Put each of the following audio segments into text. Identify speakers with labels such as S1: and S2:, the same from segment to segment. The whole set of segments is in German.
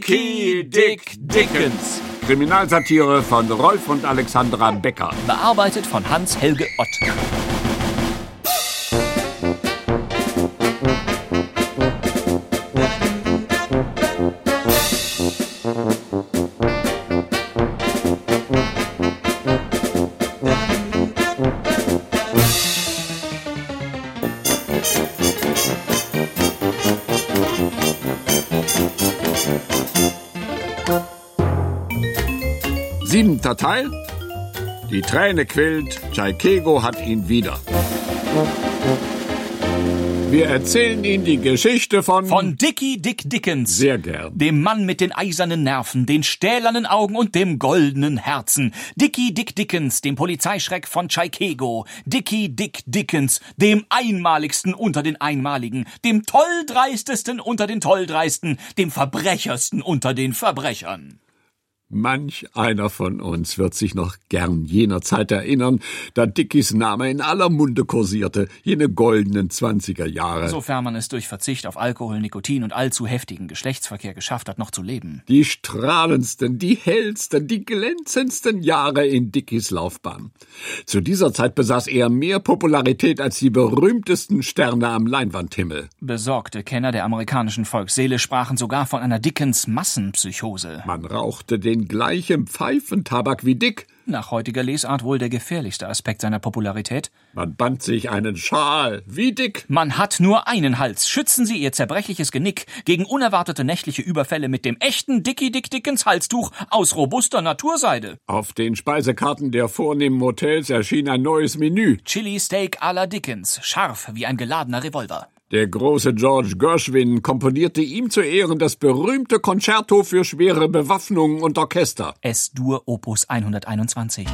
S1: Dicky Dick Dickens.
S2: Kriminalsatire von Rolf und Alexandra Becker.
S1: Bearbeitet von Hans-Helge Ott.
S2: Siebenter Teil. Die Träne quillt, Tschaikego hat ihn wieder. Wir erzählen Ihnen die Geschichte von...
S1: Von Dicky Dick Dickens.
S2: Sehr gern.
S1: Dem Mann mit den eisernen Nerven, den stählernen Augen und dem goldenen Herzen. Dicky Dick Dickens, dem Polizeischreck von Tschaikego. Dicky Dick Dickens, dem einmaligsten unter den Einmaligen, dem tolldreistesten unter den Tolldreisten, dem Verbrechersten unter den Verbrechern.
S2: Manch einer von uns wird sich noch gern jener Zeit erinnern, da Dickies Name in aller Munde kursierte, jene goldenen 20er Jahre.
S1: Sofern man es durch Verzicht auf Alkohol, Nikotin und allzu heftigen Geschlechtsverkehr geschafft hat, noch zu leben.
S2: Die strahlendsten, die hellsten, die glänzendsten Jahre in Dickies Laufbahn. Zu dieser Zeit besaß er mehr Popularität als die berühmtesten Sterne am Leinwandhimmel.
S1: Besorgte Kenner der amerikanischen Volksseele sprachen sogar von einer Dickens Massenpsychose.
S2: Man rauchte den gleichen Pfeifentabak wie Dick.
S1: Nach heutiger Lesart wohl der gefährlichste Aspekt seiner Popularität.
S2: Man band sich einen Schal wie Dick.
S1: Man hat nur einen Hals. Schützen Sie Ihr zerbrechliches Genick gegen unerwartete nächtliche Überfälle mit dem echten Dicky Dick Dickens Halstuch aus robuster Naturseide.
S2: Auf den Speisekarten der vornehmen Hotels erschien ein neues Menü.
S1: Chili Steak à la Dickens, scharf wie ein geladener Revolver.
S2: Der große George Gershwin komponierte ihm zu Ehren das berühmte Konzerto für schwere Bewaffnung und Orchester.
S1: S-Dur Opus 121.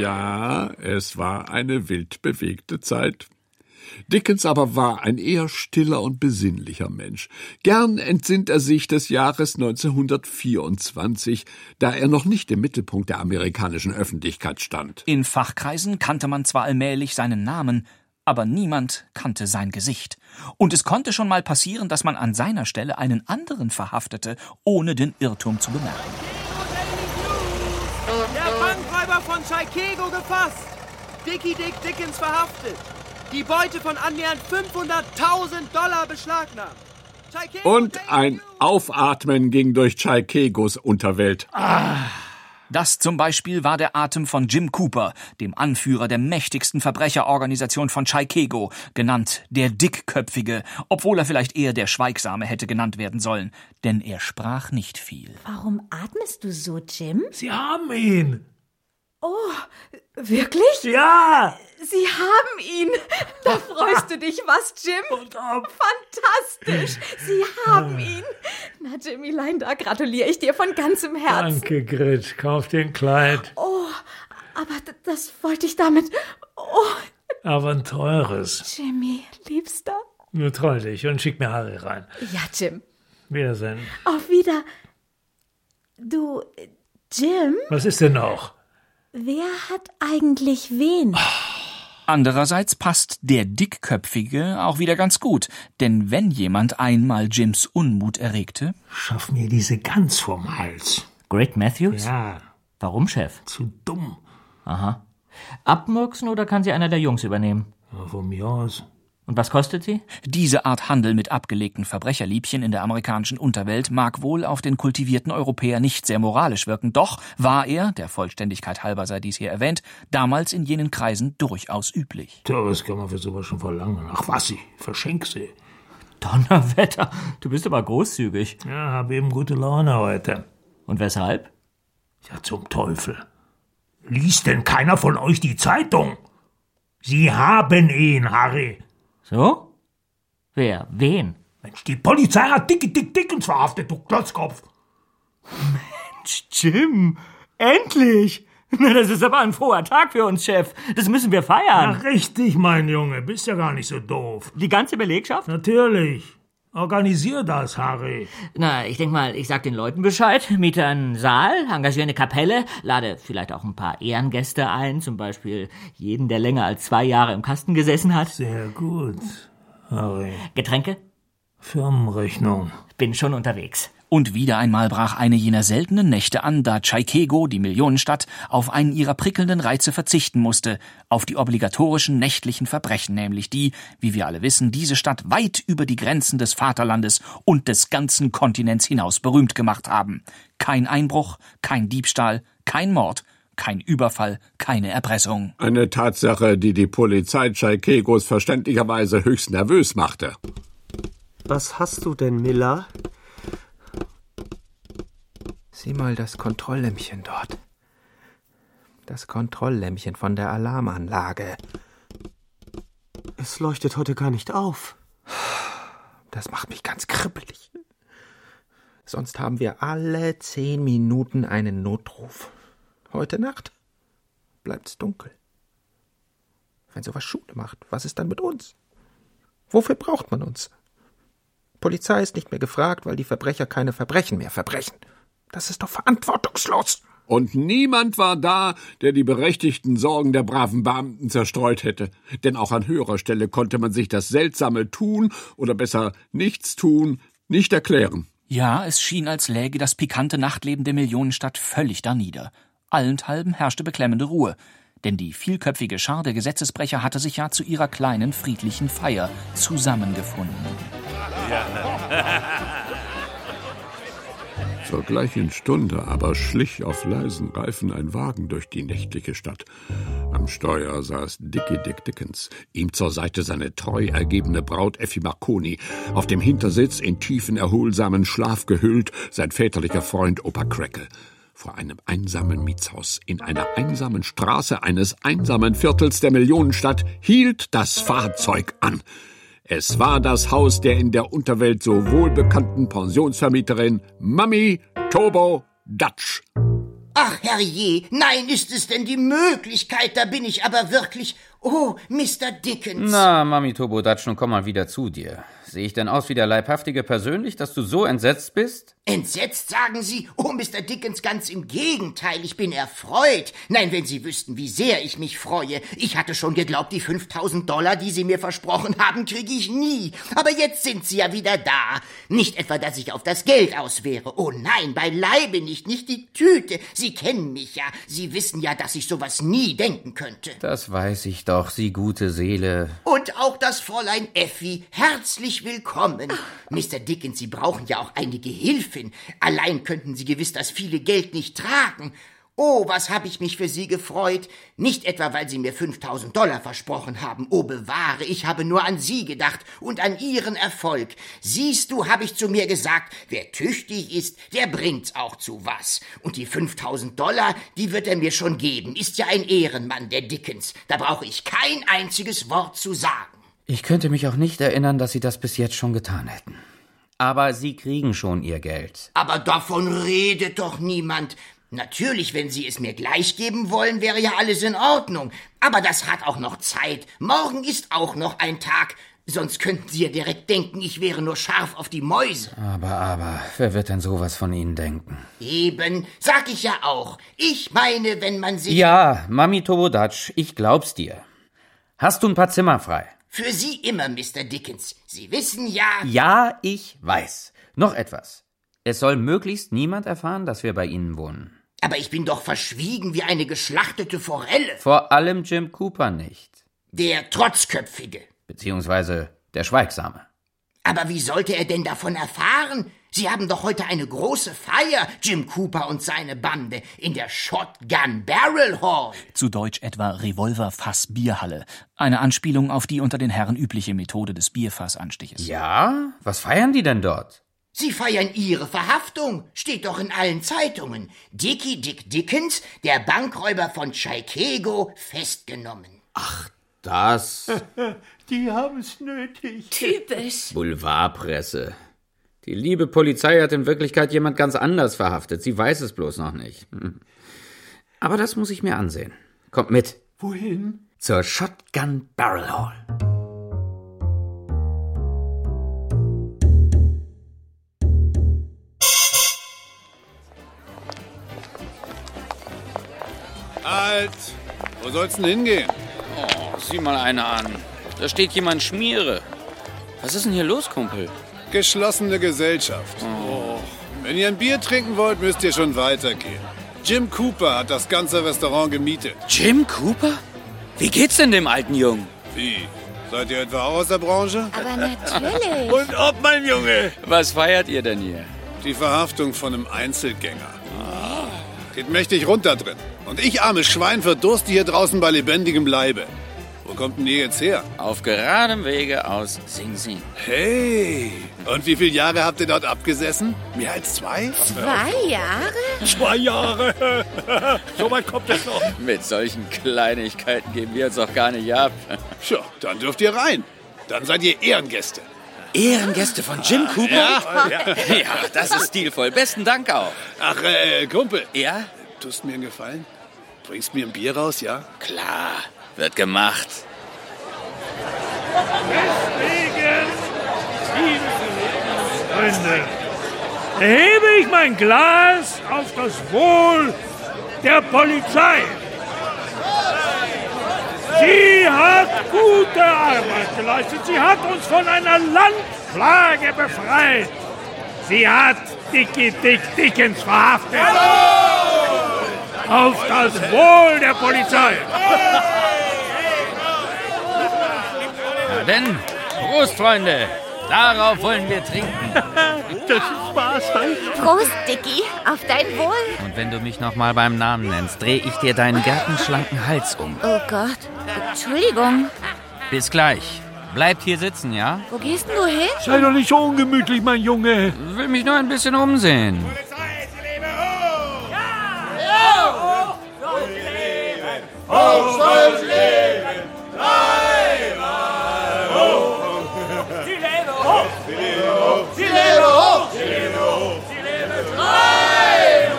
S2: Ja, es war eine wild bewegte Zeit. Dickens aber war ein eher stiller und besinnlicher Mensch. Gern entsinnt er sich des Jahres 1924, da er noch nicht im Mittelpunkt der amerikanischen Öffentlichkeit stand.
S1: In Fachkreisen kannte man zwar allmählich seinen Namen, aber niemand kannte sein Gesicht. Und es konnte schon mal passieren, dass man an seiner Stelle einen anderen verhaftete, ohne den Irrtum zu bemerken.
S2: Äh.
S3: Der Bankräuber von Tschaikego gefasst! Dicky Dick Dickens verhaftet! Die Beute von annähernd 500.000 Dollar beschlagnahmt! Tschaikego
S2: Und
S3: thank
S2: ein
S3: you.
S2: Aufatmen ging durch Tschaikegos Unterwelt.
S1: Das zum Beispiel war der Atem von Jim Cooper, dem Anführer der mächtigsten Verbrecherorganisation von Chaikego, genannt der Dickköpfige, obwohl er vielleicht eher der Schweigsame hätte genannt werden sollen, denn er sprach nicht viel.
S4: Warum atmest du so, Jim?
S5: Sie haben ihn.
S4: Wirklich?
S5: Ja.
S4: Sie haben ihn. Da freust du dich, was, Jim?
S5: Und ab.
S4: Fantastisch. Sie haben ihn. Na, Jimmylein, da gratuliere ich dir von ganzem Herzen.
S5: Danke, Grit. Kauf dir ein Kleid.
S4: Aber d- das wollte ich damit. Oh,
S5: Aber ein teures.
S4: Jimmy, Liebster.
S5: Nur treu dich und schick mir Harry rein.
S4: Ja, Jim.
S5: Wiedersehen.
S4: Auf wieder. Du, äh, Jim,
S5: Was ist denn noch?
S4: wer hat eigentlich wen?
S1: Andererseits passt der Dickköpfige auch wieder ganz gut, denn wenn jemand einmal Jims Unmut erregte,
S5: Schaff mir diese Gans vom Hals.
S6: Greg Matthews?
S5: Ja,
S6: Warum, Chef?
S5: zu dumm.
S6: Abmurksen oder kann sie einer der Jungs übernehmen?
S5: Ja, Von mir aus.
S6: Und was kostet sie?
S1: diese Art Handel mit abgelegten Verbrecherliebchen in der amerikanischen Unterwelt mag wohl auf den kultivierten Europäer nicht sehr moralisch wirken, doch war er, der Vollständigkeit halber sei dies hier erwähnt, damals in jenen Kreisen durchaus üblich.
S5: Tja, was kann man für sowas schon verlangen? Ach was, ich verschenk sie.
S6: Donnerwetter, du bist aber großzügig.
S5: Ja, hab eben gute Laune heute.
S6: Und weshalb?
S5: Ja, zum Teufel. Liest denn keiner von euch die Zeitung? Sie haben ihn, Harry.
S6: So? Wer? Wen?
S5: Mensch, die Polizei hat Dicky Dick Dickens verhaftet, du Klotzkopf.
S6: Jim, endlich! Na, das ist aber ein froher Tag für uns, Chef. Das müssen wir feiern.
S5: richtig, mein Junge, bist ja gar nicht so doof.
S6: Die ganze Belegschaft?
S5: Natürlich. Organisier das, Harry.
S7: Na, ich denk mal, ich sag den Leuten Bescheid, miete einen Saal, engagiere eine Kapelle, lade vielleicht auch ein paar Ehrengäste ein, zum Beispiel jeden, der länger als zwei Jahre im Kasten gesessen hat.
S5: Sehr gut, Harry.
S7: Getränke?
S5: Firmenrechnung.
S7: Bin schon unterwegs.
S1: Und wieder einmal brach eine jener seltenen Nächte an, da Tschaikego, die Millionenstadt, auf einen ihrer prickelnden Reize verzichten musste, auf die obligatorischen nächtlichen Verbrechen nämlich, die, wie wir alle wissen, diese Stadt weit über die Grenzen des Vaterlandes und des ganzen Kontinents hinaus berühmt gemacht haben. Kein Einbruch, kein Diebstahl, kein Mord, kein Überfall, keine Erpressung.
S2: Eine Tatsache, die die Polizei Tschaikegos verständlicherweise höchst nervös machte.
S3: Was hast du denn, Miller?
S8: Sieh mal das Kontrolllämpchen dort. Das Kontrolllämpchen von der Alarmanlage.
S3: Es leuchtet heute gar nicht auf.
S8: Das macht mich ganz kribbelig. Sonst haben wir alle zehn Minuten einen Notruf. Heute Nacht bleibt's dunkel. Wenn sowas Schule macht, was ist dann mit uns? Wofür braucht man uns? Polizei ist nicht mehr gefragt, weil die Verbrecher keine Verbrechen mehr verbrechen. Das ist doch verantwortungslos.
S2: Und niemand war da, der die berechtigten Sorgen der braven Beamten zerstreut hätte. Denn auch an höherer Stelle konnte man sich das seltsame Tun oder besser Nichtstun nicht erklären.
S1: Ja, es schien, als läge das pikante Nachtleben der Millionenstadt völlig darnieder. Allenthalben herrschte beklemmende Ruhe, denn die vielköpfige Schar der Gesetzesbrecher hatte sich ja zu ihrer kleinen friedlichen Feier zusammengefunden.
S2: Zur gleichen Stunde aber schlich auf leisen Reifen ein Wagen durch die nächtliche Stadt. Am Steuer saß Dicky Dick Dickens, ihm zur Seite seine treu ergebene Braut Effi Marconi, auf dem Hintersitz in tiefen, erholsamen Schlaf gehüllt sein väterlicher Freund Opa Crackle. Vor einem einsamen Mietshaus in einer einsamen Straße eines einsamen Viertels der Millionenstadt hielt das Fahrzeug an. Es war das Haus der in der Unterwelt so wohlbekannten Pensionsvermieterin Mami Tobo Dutch.
S9: Ach herrje, nein, ist es denn die Möglichkeit, da bin ich aber wirklich. Oh, Mr. Dickens.
S10: Na, Ah, Mami Tobodatsch, nun komm mal wieder zu dir. Sehe ich denn aus wie der Leibhaftige persönlich, dass du so entsetzt bist?
S9: Entsetzt sagen Sie? Oh, Mr. Dickens, ganz im Gegenteil, ich bin erfreut. Nein, wenn Sie wüssten, wie sehr ich mich freue. Ich hatte schon geglaubt, die 5000 Dollar, die Sie mir versprochen haben, kriege ich nie. Aber jetzt sind Sie ja wieder da. Nicht etwa, dass ich auf das Geld aus wäre. Oh nein, beileibe nicht, nicht die Tüte. Sie kennen mich ja. Sie wissen ja, dass ich sowas nie denken könnte.
S10: Das weiß ich doch, sie gute Seele.
S9: Und auch das Fräulein Effi, herzlich willkommen. Mr. Dickens, Sie brauchen ja auch eine Gehilfin. Allein könnten Sie gewiss das viele Geld nicht tragen. Oh, was habe ich mich für Sie gefreut. Nicht etwa, weil Sie mir 5000 Dollar versprochen haben. Oh, bewahre, ich habe nur an Sie gedacht und an Ihren Erfolg. Siehst du, habe ich zu mir gesagt, wer tüchtig ist, der bringt's auch zu was. Und die 5000 Dollar, die wird er mir schon geben. Ist ja ein Ehrenmann, der Dickens. Da brauche ich kein einziges Wort zu sagen.
S10: Ich könnte mich auch nicht erinnern, dass sie das bis jetzt schon getan hätten. Aber sie kriegen schon ihr Geld.
S9: Aber davon redet doch niemand. Natürlich, wenn Sie es mir gleich geben wollen, wäre ja alles in Ordnung. Aber das hat auch noch Zeit. Morgen ist auch noch ein Tag. Sonst könnten Sie ja direkt denken, ich wäre nur scharf auf die Mäuse.
S10: Aber, aber, wer wird denn sowas von Ihnen denken?
S9: Eben, sag ich ja auch. Ich meine, wenn man sich
S10: Ja, Mami Tobodatsch, ich glaub's dir. Hast du ein paar Zimmer frei?
S9: für Sie immer, Mr. Dickens. Sie wissen ja.
S10: Ja, ich weiß. Noch etwas. Es soll möglichst niemand erfahren, dass wir bei Ihnen wohnen.
S9: Aber ich bin doch verschwiegen wie eine geschlachtete Forelle.
S10: Vor allem Jim Cooper nicht.
S9: Der Trotzköpfige.
S10: Beziehungsweise der Schweigsame.
S9: Aber wie sollte er denn davon erfahren? Sie haben doch heute eine große Feier, Jim Cooper und seine Bande, in der Shotgun Barrel Hall.
S1: zu Deutsch etwa Revolverfass-Bierhalle, eine Anspielung auf die unter den Herren übliche Methode des Bierfassanstiches.
S10: Ja? Was feiern die denn dort?
S9: Sie feiern Ihre Verhaftung. Steht doch in allen Zeitungen. Dickie Dick Dickens, der Bankräuber von Chicago, festgenommen.
S10: Das.
S6: Die haben's nötig.
S4: Typisch.
S10: Boulevardpresse. Die liebe Polizei hat in Wirklichkeit jemand ganz anders verhaftet. Sie weiß es bloß noch nicht. Hm. Aber das muss ich mir ansehen. Kommt mit.
S6: Wohin?
S10: Zur Shotgun Barrel Hall.
S2: Alt! Halt! Wo soll's denn hingehen?
S10: Oh, sieh mal einer an. Da steht jemand Schmiere. Was ist denn hier los, Kumpel?
S2: Geschlossene Gesellschaft. Oh. Wenn ihr ein Bier trinken wollt, müsst ihr schon weitergehen. Jim Cooper hat das ganze Restaurant gemietet.
S10: Jim Cooper? Wie geht's denn dem alten Jungen?
S2: Wie? Seid ihr etwa auch aus der Branche?
S11: Aber natürlich.
S2: Und ob, mein Junge?
S10: Was feiert ihr denn hier?
S2: Die Verhaftung von einem Einzelgänger. Geht mächtig runter drin. Und ich, armes Schwein, verdurste hier draußen bei lebendigem Leibe. Wo kommt denn ihr jetzt her?
S10: Auf geradem Wege aus Sing Sing.
S2: Hey! Und wie viele Jahre habt ihr dort abgesessen? Mehr als zwei?
S11: Zwei Jahre?
S2: Zwei Jahre! so weit kommt es noch.
S10: Mit solchen Kleinigkeiten geben wir uns doch gar nicht ab.
S2: Tja, dann dürft ihr rein. Dann seid ihr Ehrengäste. Ah,
S10: Ehrengäste von Jim Cooper?
S2: Ja, ja.
S10: ja das ist stilvoll. Besten Dank auch.
S2: Ach, äh, Kumpel.
S10: Ja?
S2: Tust mir einen Gefallen? Bringst mir ein Bier raus, ja?
S10: Klar, wird gemacht.
S5: Deswegen, liebe Freunde, erhebe ich mein Glas auf das Wohl der Polizei. Sie hat gute Arbeit geleistet. Sie hat uns von einer Landplage befreit. Sie hat Dicky Dick Dickens verhaftet. Auf das Wohl der Polizei.
S10: Na denn, Prost, Freunde. Darauf wollen wir trinken.
S6: Das ist Spaß.
S11: Prost, Dicky. Auf dein Wohl.
S10: Und wenn du mich nochmal beim Namen nennst, drehe ich dir deinen gartenschlanken Hals um.
S11: Oh Gott. Entschuldigung.
S10: Bis gleich. Bleibt hier sitzen, ja?
S11: Wo gehst denn du hin?
S6: Sei doch nicht so ungemütlich, mein Junge.
S10: Will mich nur ein bisschen umsehen.
S12: Auf Stolz leben! Sie lebe hoch! Sie lebe hoch! Sie lebe dreimal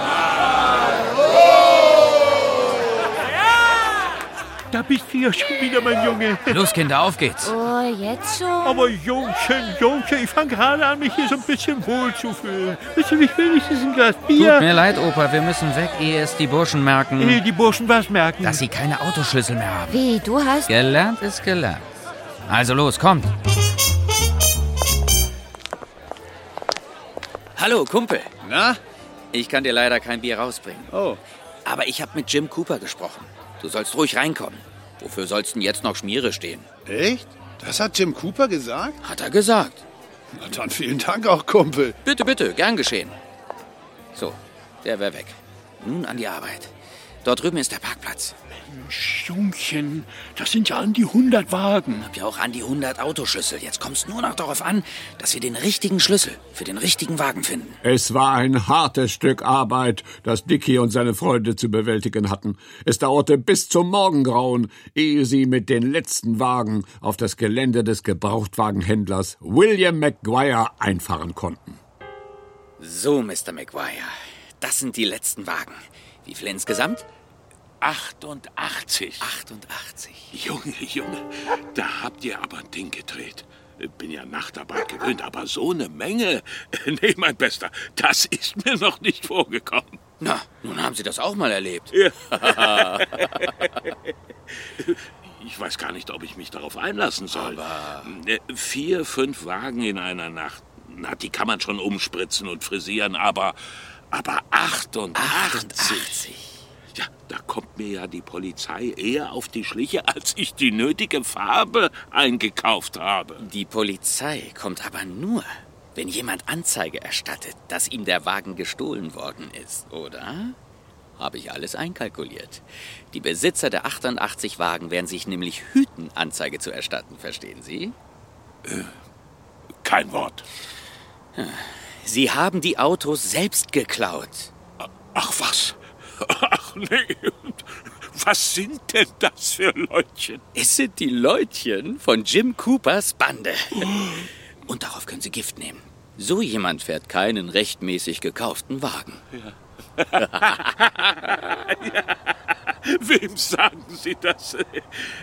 S6: Da bist du ja schon wieder, mein Junge.
S10: Los, Kinder, auf geht's.
S11: Oh, jetzt schon?
S6: Aber Jungchen, Jungchen, ich fange gerade an, mich hier so ein bisschen wohlzufühlen. Wisst ihr, ich will nicht diesen Glas Bier.
S10: Tut mir leid, Opa, wir müssen weg, ehe es die Burschen merken.
S6: Ehe die Burschen was merken.
S3: Hm.
S10: Dass sie keine Autoschlüssel mehr haben.
S11: Wie, du hast...
S10: Gelernt ist gelernt. Also los, kommt. Hallo, Kumpel.
S2: Na?
S10: Ich kann dir leider kein Bier rausbringen.
S2: Oh.
S10: Aber ich habe mit Jim Cooper gesprochen. Du sollst ruhig reinkommen. Wofür sollst denn jetzt noch Schmiere stehen?
S2: Echt? Das hat Jim Cooper gesagt?
S10: Hat er gesagt.
S2: Na dann vielen Dank auch, Kumpel.
S10: Bitte, bitte, gern geschehen. So, der wäre weg. Nun an die Arbeit. Dort drüben ist der Parkplatz.
S6: Mensch, Jungchen, das sind ja an die 100 Wagen.
S10: Hab ja auch an die 100 Autoschlüssel. Jetzt kommt es nur noch darauf an, dass wir den richtigen Schlüssel für den richtigen Wagen finden.
S2: Es war ein hartes Stück Arbeit, das Dicky und seine Freunde zu bewältigen hatten. Es dauerte bis zum Morgengrauen, ehe sie mit den letzten Wagen auf das Gelände des Gebrauchtwagenhändlers William McGuire einfahren konnten.
S10: So, Mr. McGuire, das sind die letzten Wagen. Wie viel insgesamt?
S13: 88.
S10: 88.
S13: Junge, Junge, da habt ihr aber ein Ding gedreht. Bin ja Nachtarbeit gewöhnt, aber so eine Menge. Nee, mein Bester, das ist mir noch nicht vorgekommen.
S10: Na, nun haben Sie das auch mal erlebt.
S13: Ja. ich weiß gar nicht, ob ich mich darauf einlassen soll.
S10: Aber-
S13: Vier, fünf Wagen in einer Nacht. Na, die kann man schon umspritzen und frisieren, aber. Aber 88. Ja, da kommt mir ja die Polizei eher auf die Schliche, als ich die nötige Farbe eingekauft habe.
S10: Die Polizei kommt aber nur, wenn jemand Anzeige erstattet, dass ihm der Wagen gestohlen worden ist, oder? Habe ich alles einkalkuliert. Die Besitzer der 88 Wagen werden sich nämlich hüten, Anzeige zu erstatten, verstehen Sie?
S13: Äh, Kein Wort.
S10: Sie haben die Autos selbst geklaut.
S13: Ach was. Ach nee. Was sind denn das für Leutchen?
S10: Es sind die Leutchen von Jim Coopers Bande. Und darauf können Sie Gift nehmen. So jemand fährt keinen rechtmäßig gekauften Wagen.
S13: Wem sagen Sie das?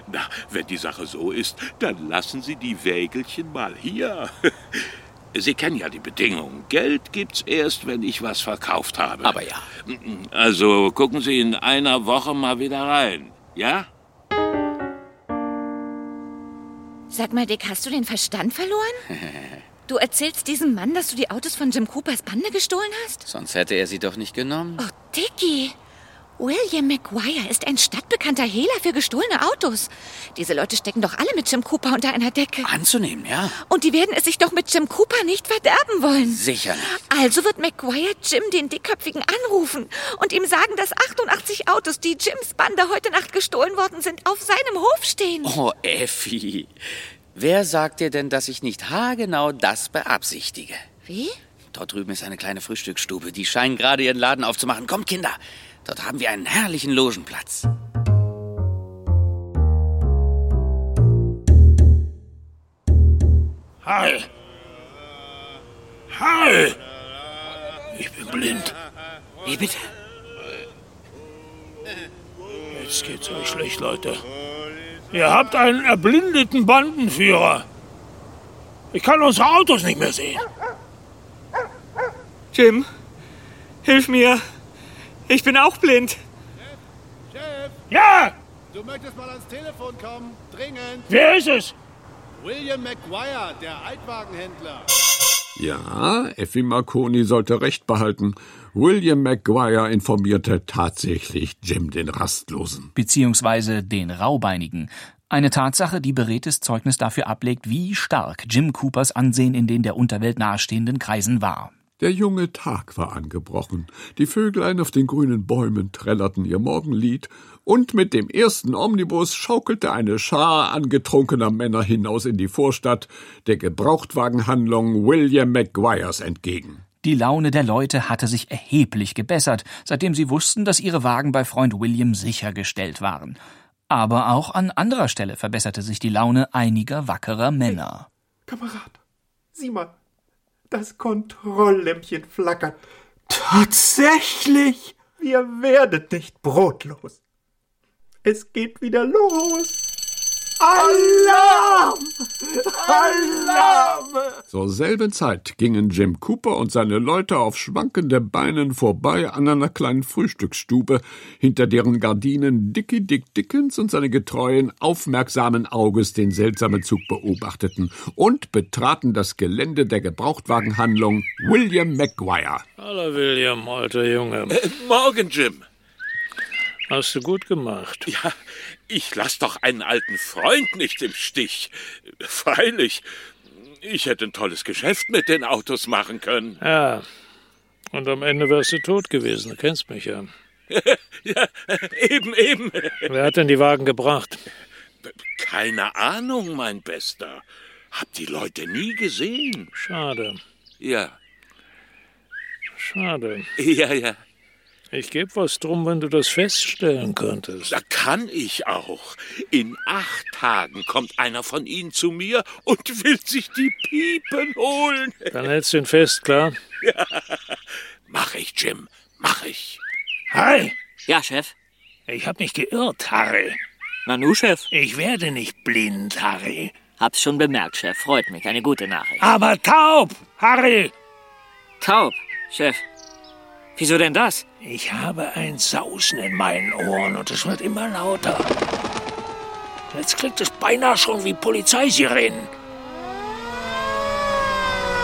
S13: Na, wenn die Sache so ist, dann lassen Sie die Wägelchen mal hier. Sie kennen ja die Bedingungen. Geld gibt's erst, wenn ich was verkauft habe.
S10: Aber ja.
S13: Also gucken Sie in einer Woche mal wieder rein. Ja?
S11: Sag mal, Dick, hast du den Verstand verloren? Du erzählst diesem Mann, dass du die Autos von Jim Coopers Bande gestohlen hast?
S10: Sonst hätte er sie doch nicht genommen.
S11: Oh, Dicky! William McGuire ist ein stadtbekannter Hehler für gestohlene Autos. Diese Leute stecken doch alle mit Jim Cooper unter einer Decke.
S10: Ah. Anzunehmen, ja.
S11: Und die werden es sich doch mit Jim Cooper nicht verderben wollen.
S10: Sicher.
S11: Also wird McGuire Jim den Dickköpfigen anrufen und ihm sagen, dass 88 Autos, die Jims Bande heute Nacht gestohlen worden sind, auf seinem Hof stehen.
S10: Oh, Effi. Wer sagt dir denn, dass ich nicht haargenau das beabsichtige?
S11: Wie?
S10: Dort drüben ist eine kleine Frühstücksstube. Die scheinen gerade ihren Laden aufzumachen. Kommt, Kinder. Dort haben wir einen herrlichen Logenplatz.
S13: Hi. Hi. Ich bin blind.
S10: Wie bitte?
S5: Jetzt geht's euch schlecht, Leute. Ihr habt einen erblindeten Bandenführer. Ich kann unsere Autos nicht mehr sehen.
S14: Jim, hilf mir. Ich bin auch blind.
S5: Ja,
S15: Du möchtest mal ans Telefon kommen, dringend.
S5: wer ist es?
S15: William McGuire, der Altwagenhändler.
S2: Ja, Effi Marconi sollte recht behalten. William Maguire informierte tatsächlich Jim den Rastlosen.
S1: beziehungsweise den Raubeinigen. Eine Tatsache, die beredtes Zeugnis dafür ablegt, wie stark Jim Coopers Ansehen in den der Unterwelt nahestehenden Kreisen war.
S2: Der junge Tag war angebrochen. Die Vöglein auf den grünen Bäumen trällerten ihr Morgenlied, und mit dem ersten Omnibus schaukelte eine Schar angetrunkener Männer hinaus in die Vorstadt, der Gebrauchtwagenhandlung William Maguires entgegen.
S1: Die Laune der Leute hatte sich erheblich gebessert, seitdem sie wussten, dass ihre Wagen bei Freund William sichergestellt waren. Aber auch an anderer Stelle verbesserte sich die Laune einiger wackerer Männer.
S8: Kamerad, sieh mal. Das Kontrolllämpchen flackert. Tatsächlich! Ihr werdet nicht brotlos. Es geht wieder los. Alarm! Alarm!
S2: Zur selben Zeit gingen Jim Cooper und seine Leute auf schwankenden Beinen vorbei an einer kleinen Frühstücksstube, hinter deren Gardinen Dickie Dick Dickens und seine getreuen, aufmerksamen Auges den seltsamen Zug beobachteten und betraten das Gelände der Gebrauchtwagenhandlung William Maguire.
S5: Hallo William, alter Junge.
S13: Äh, morgen, Jim.
S5: Hast du gut gemacht.
S13: Ja, ich lass doch einen alten Freund nicht im Stich. Freilich. Ich hätte ein tolles Geschäft mit den Autos machen können.
S5: Ja. Und am Ende wärst du tot gewesen, du kennst mich ja.
S13: ja, eben, eben.
S5: Wer hat denn die Wagen gebracht?
S13: Keine Ahnung, mein Bester. Hab die Leute nie gesehen.
S5: Schade,
S13: Ja,
S5: schade.
S13: ja, ja.
S5: Ich geb was drum, wenn du das feststellen könntest.
S13: Da kann ich auch. In acht Tagen kommt einer von Ihnen zu mir und will sich die Piepen holen.
S5: Dann hältst du ihn fest, klar?
S13: Ja. Mach ich, Jim. Mach ich.
S5: Hi!
S10: Ja, Chef?
S5: Ich hab mich geirrt, Harry.
S7: Nanu, Chef?
S5: Ich werde nicht blind, Harry.
S7: Hab's schon bemerkt, Chef. Freut mich. Eine gute Nachricht.
S5: Aber taub, Harry!
S7: Taub, Chef. Wieso denn das?
S5: Ich habe ein Sausen in meinen Ohren und es wird immer lauter. Jetzt klingt es beinahe schon wie Polizeisirenen.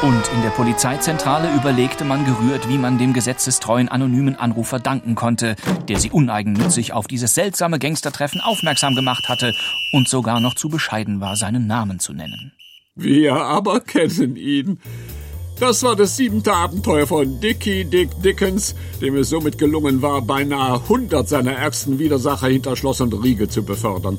S1: Und in der Polizeizentrale überlegte man gerührt, wie man dem gesetzestreuen anonymen Anrufer danken konnte, der sie uneigennützig auf dieses seltsame Gangstertreffen aufmerksam gemacht hatte und sogar noch zu bescheiden war, seinen Namen zu nennen.
S2: Wir aber kennen ihn. Das war das siebente Abenteuer von Dickie Dick Dickens, dem es somit gelungen war, beinahe 100 seiner ärgsten Widersacher hinter Schloss und Riegel zu befördern.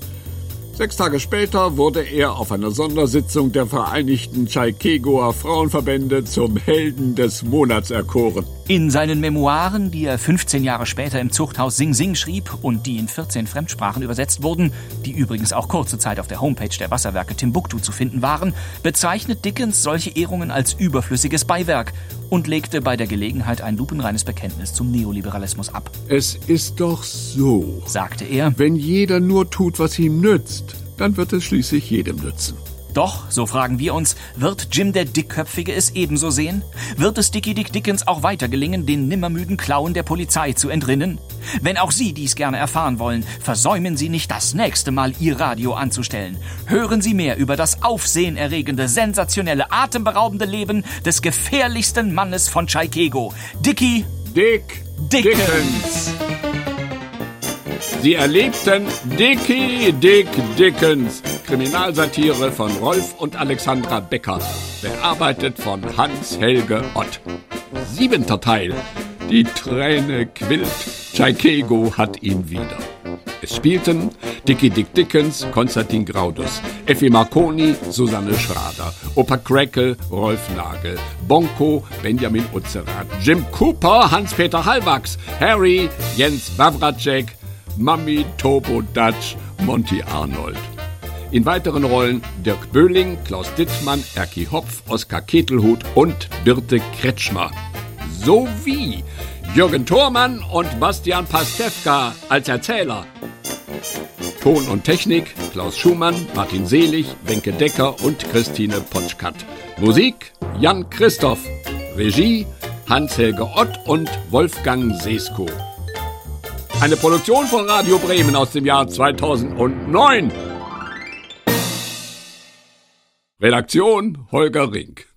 S2: Sechs Tage später wurde er auf einer Sondersitzung der Vereinigten Chaikegoer Frauenverbände zum Helden des Monats erkoren.
S1: In seinen Memoiren, die er 15 Jahre später im Zuchthaus Sing Sing schrieb und die in 14 Fremdsprachen übersetzt wurden, die übrigens auch kurze Zeit auf der Homepage der Wasserwerke Timbuktu zu finden waren, bezeichnet Dickens solche Ehrungen als überflüssiges Beiwerk und legte bei der Gelegenheit ein lupenreines Bekenntnis zum Neoliberalismus ab.
S2: Es ist doch so,
S1: sagte er,
S2: wenn jeder nur tut, was ihm nützt, dann wird es schließlich jedem nützen.
S1: Doch, so fragen wir uns, wird Jim der Dickköpfige es ebenso sehen? Wird es Dicky Dick Dickens auch weiter gelingen, den nimmermüden Klauen der Polizei zu entrinnen? Wenn auch Sie dies gerne erfahren wollen, versäumen Sie nicht das nächste Mal Ihr Radio anzustellen. Hören Sie mehr über das aufsehenerregende, sensationelle, atemberaubende Leben des gefährlichsten Mannes von Tschaikego, Dicky
S2: Dick Dickens. Sie erlebten Dicky Dick Dickens. Kriminalsatire von Rolf und Alexandra Becker. Bearbeitet von Hans-Helge Ott. Siebenter Teil. Die Träne quillt. Tschaikego hat ihn wieder. Es spielten Dicky Dick Dickens, Konstantin Graudus, Effi Marconi, Susanne Schrader, Opa Crackle, Rolf Nagel, Bonko, Benjamin Utzerath, Jim Cooper, Hans-Peter Hallwachs, Harry, Jens Wawracek, Mami Tobo Dutch, Monty Arnold. In weiteren Rollen Dirk Böhling, Klaus Dittmann, Erki Hopf, Oskar Ketelhut und Birte Kretschmer. Sowie Jürgen Thormann und Bastian Pastewka als Erzähler. Ton und Technik Klaus Schumann, Martin Selig, Wenke Decker und Christine Potschkat. Musik Jan Christoph. Regie Hans-Helge Ott und Wolfgang Sesko. Eine Produktion von Radio Bremen aus dem Jahr 2009. Redaktion Holger Rink.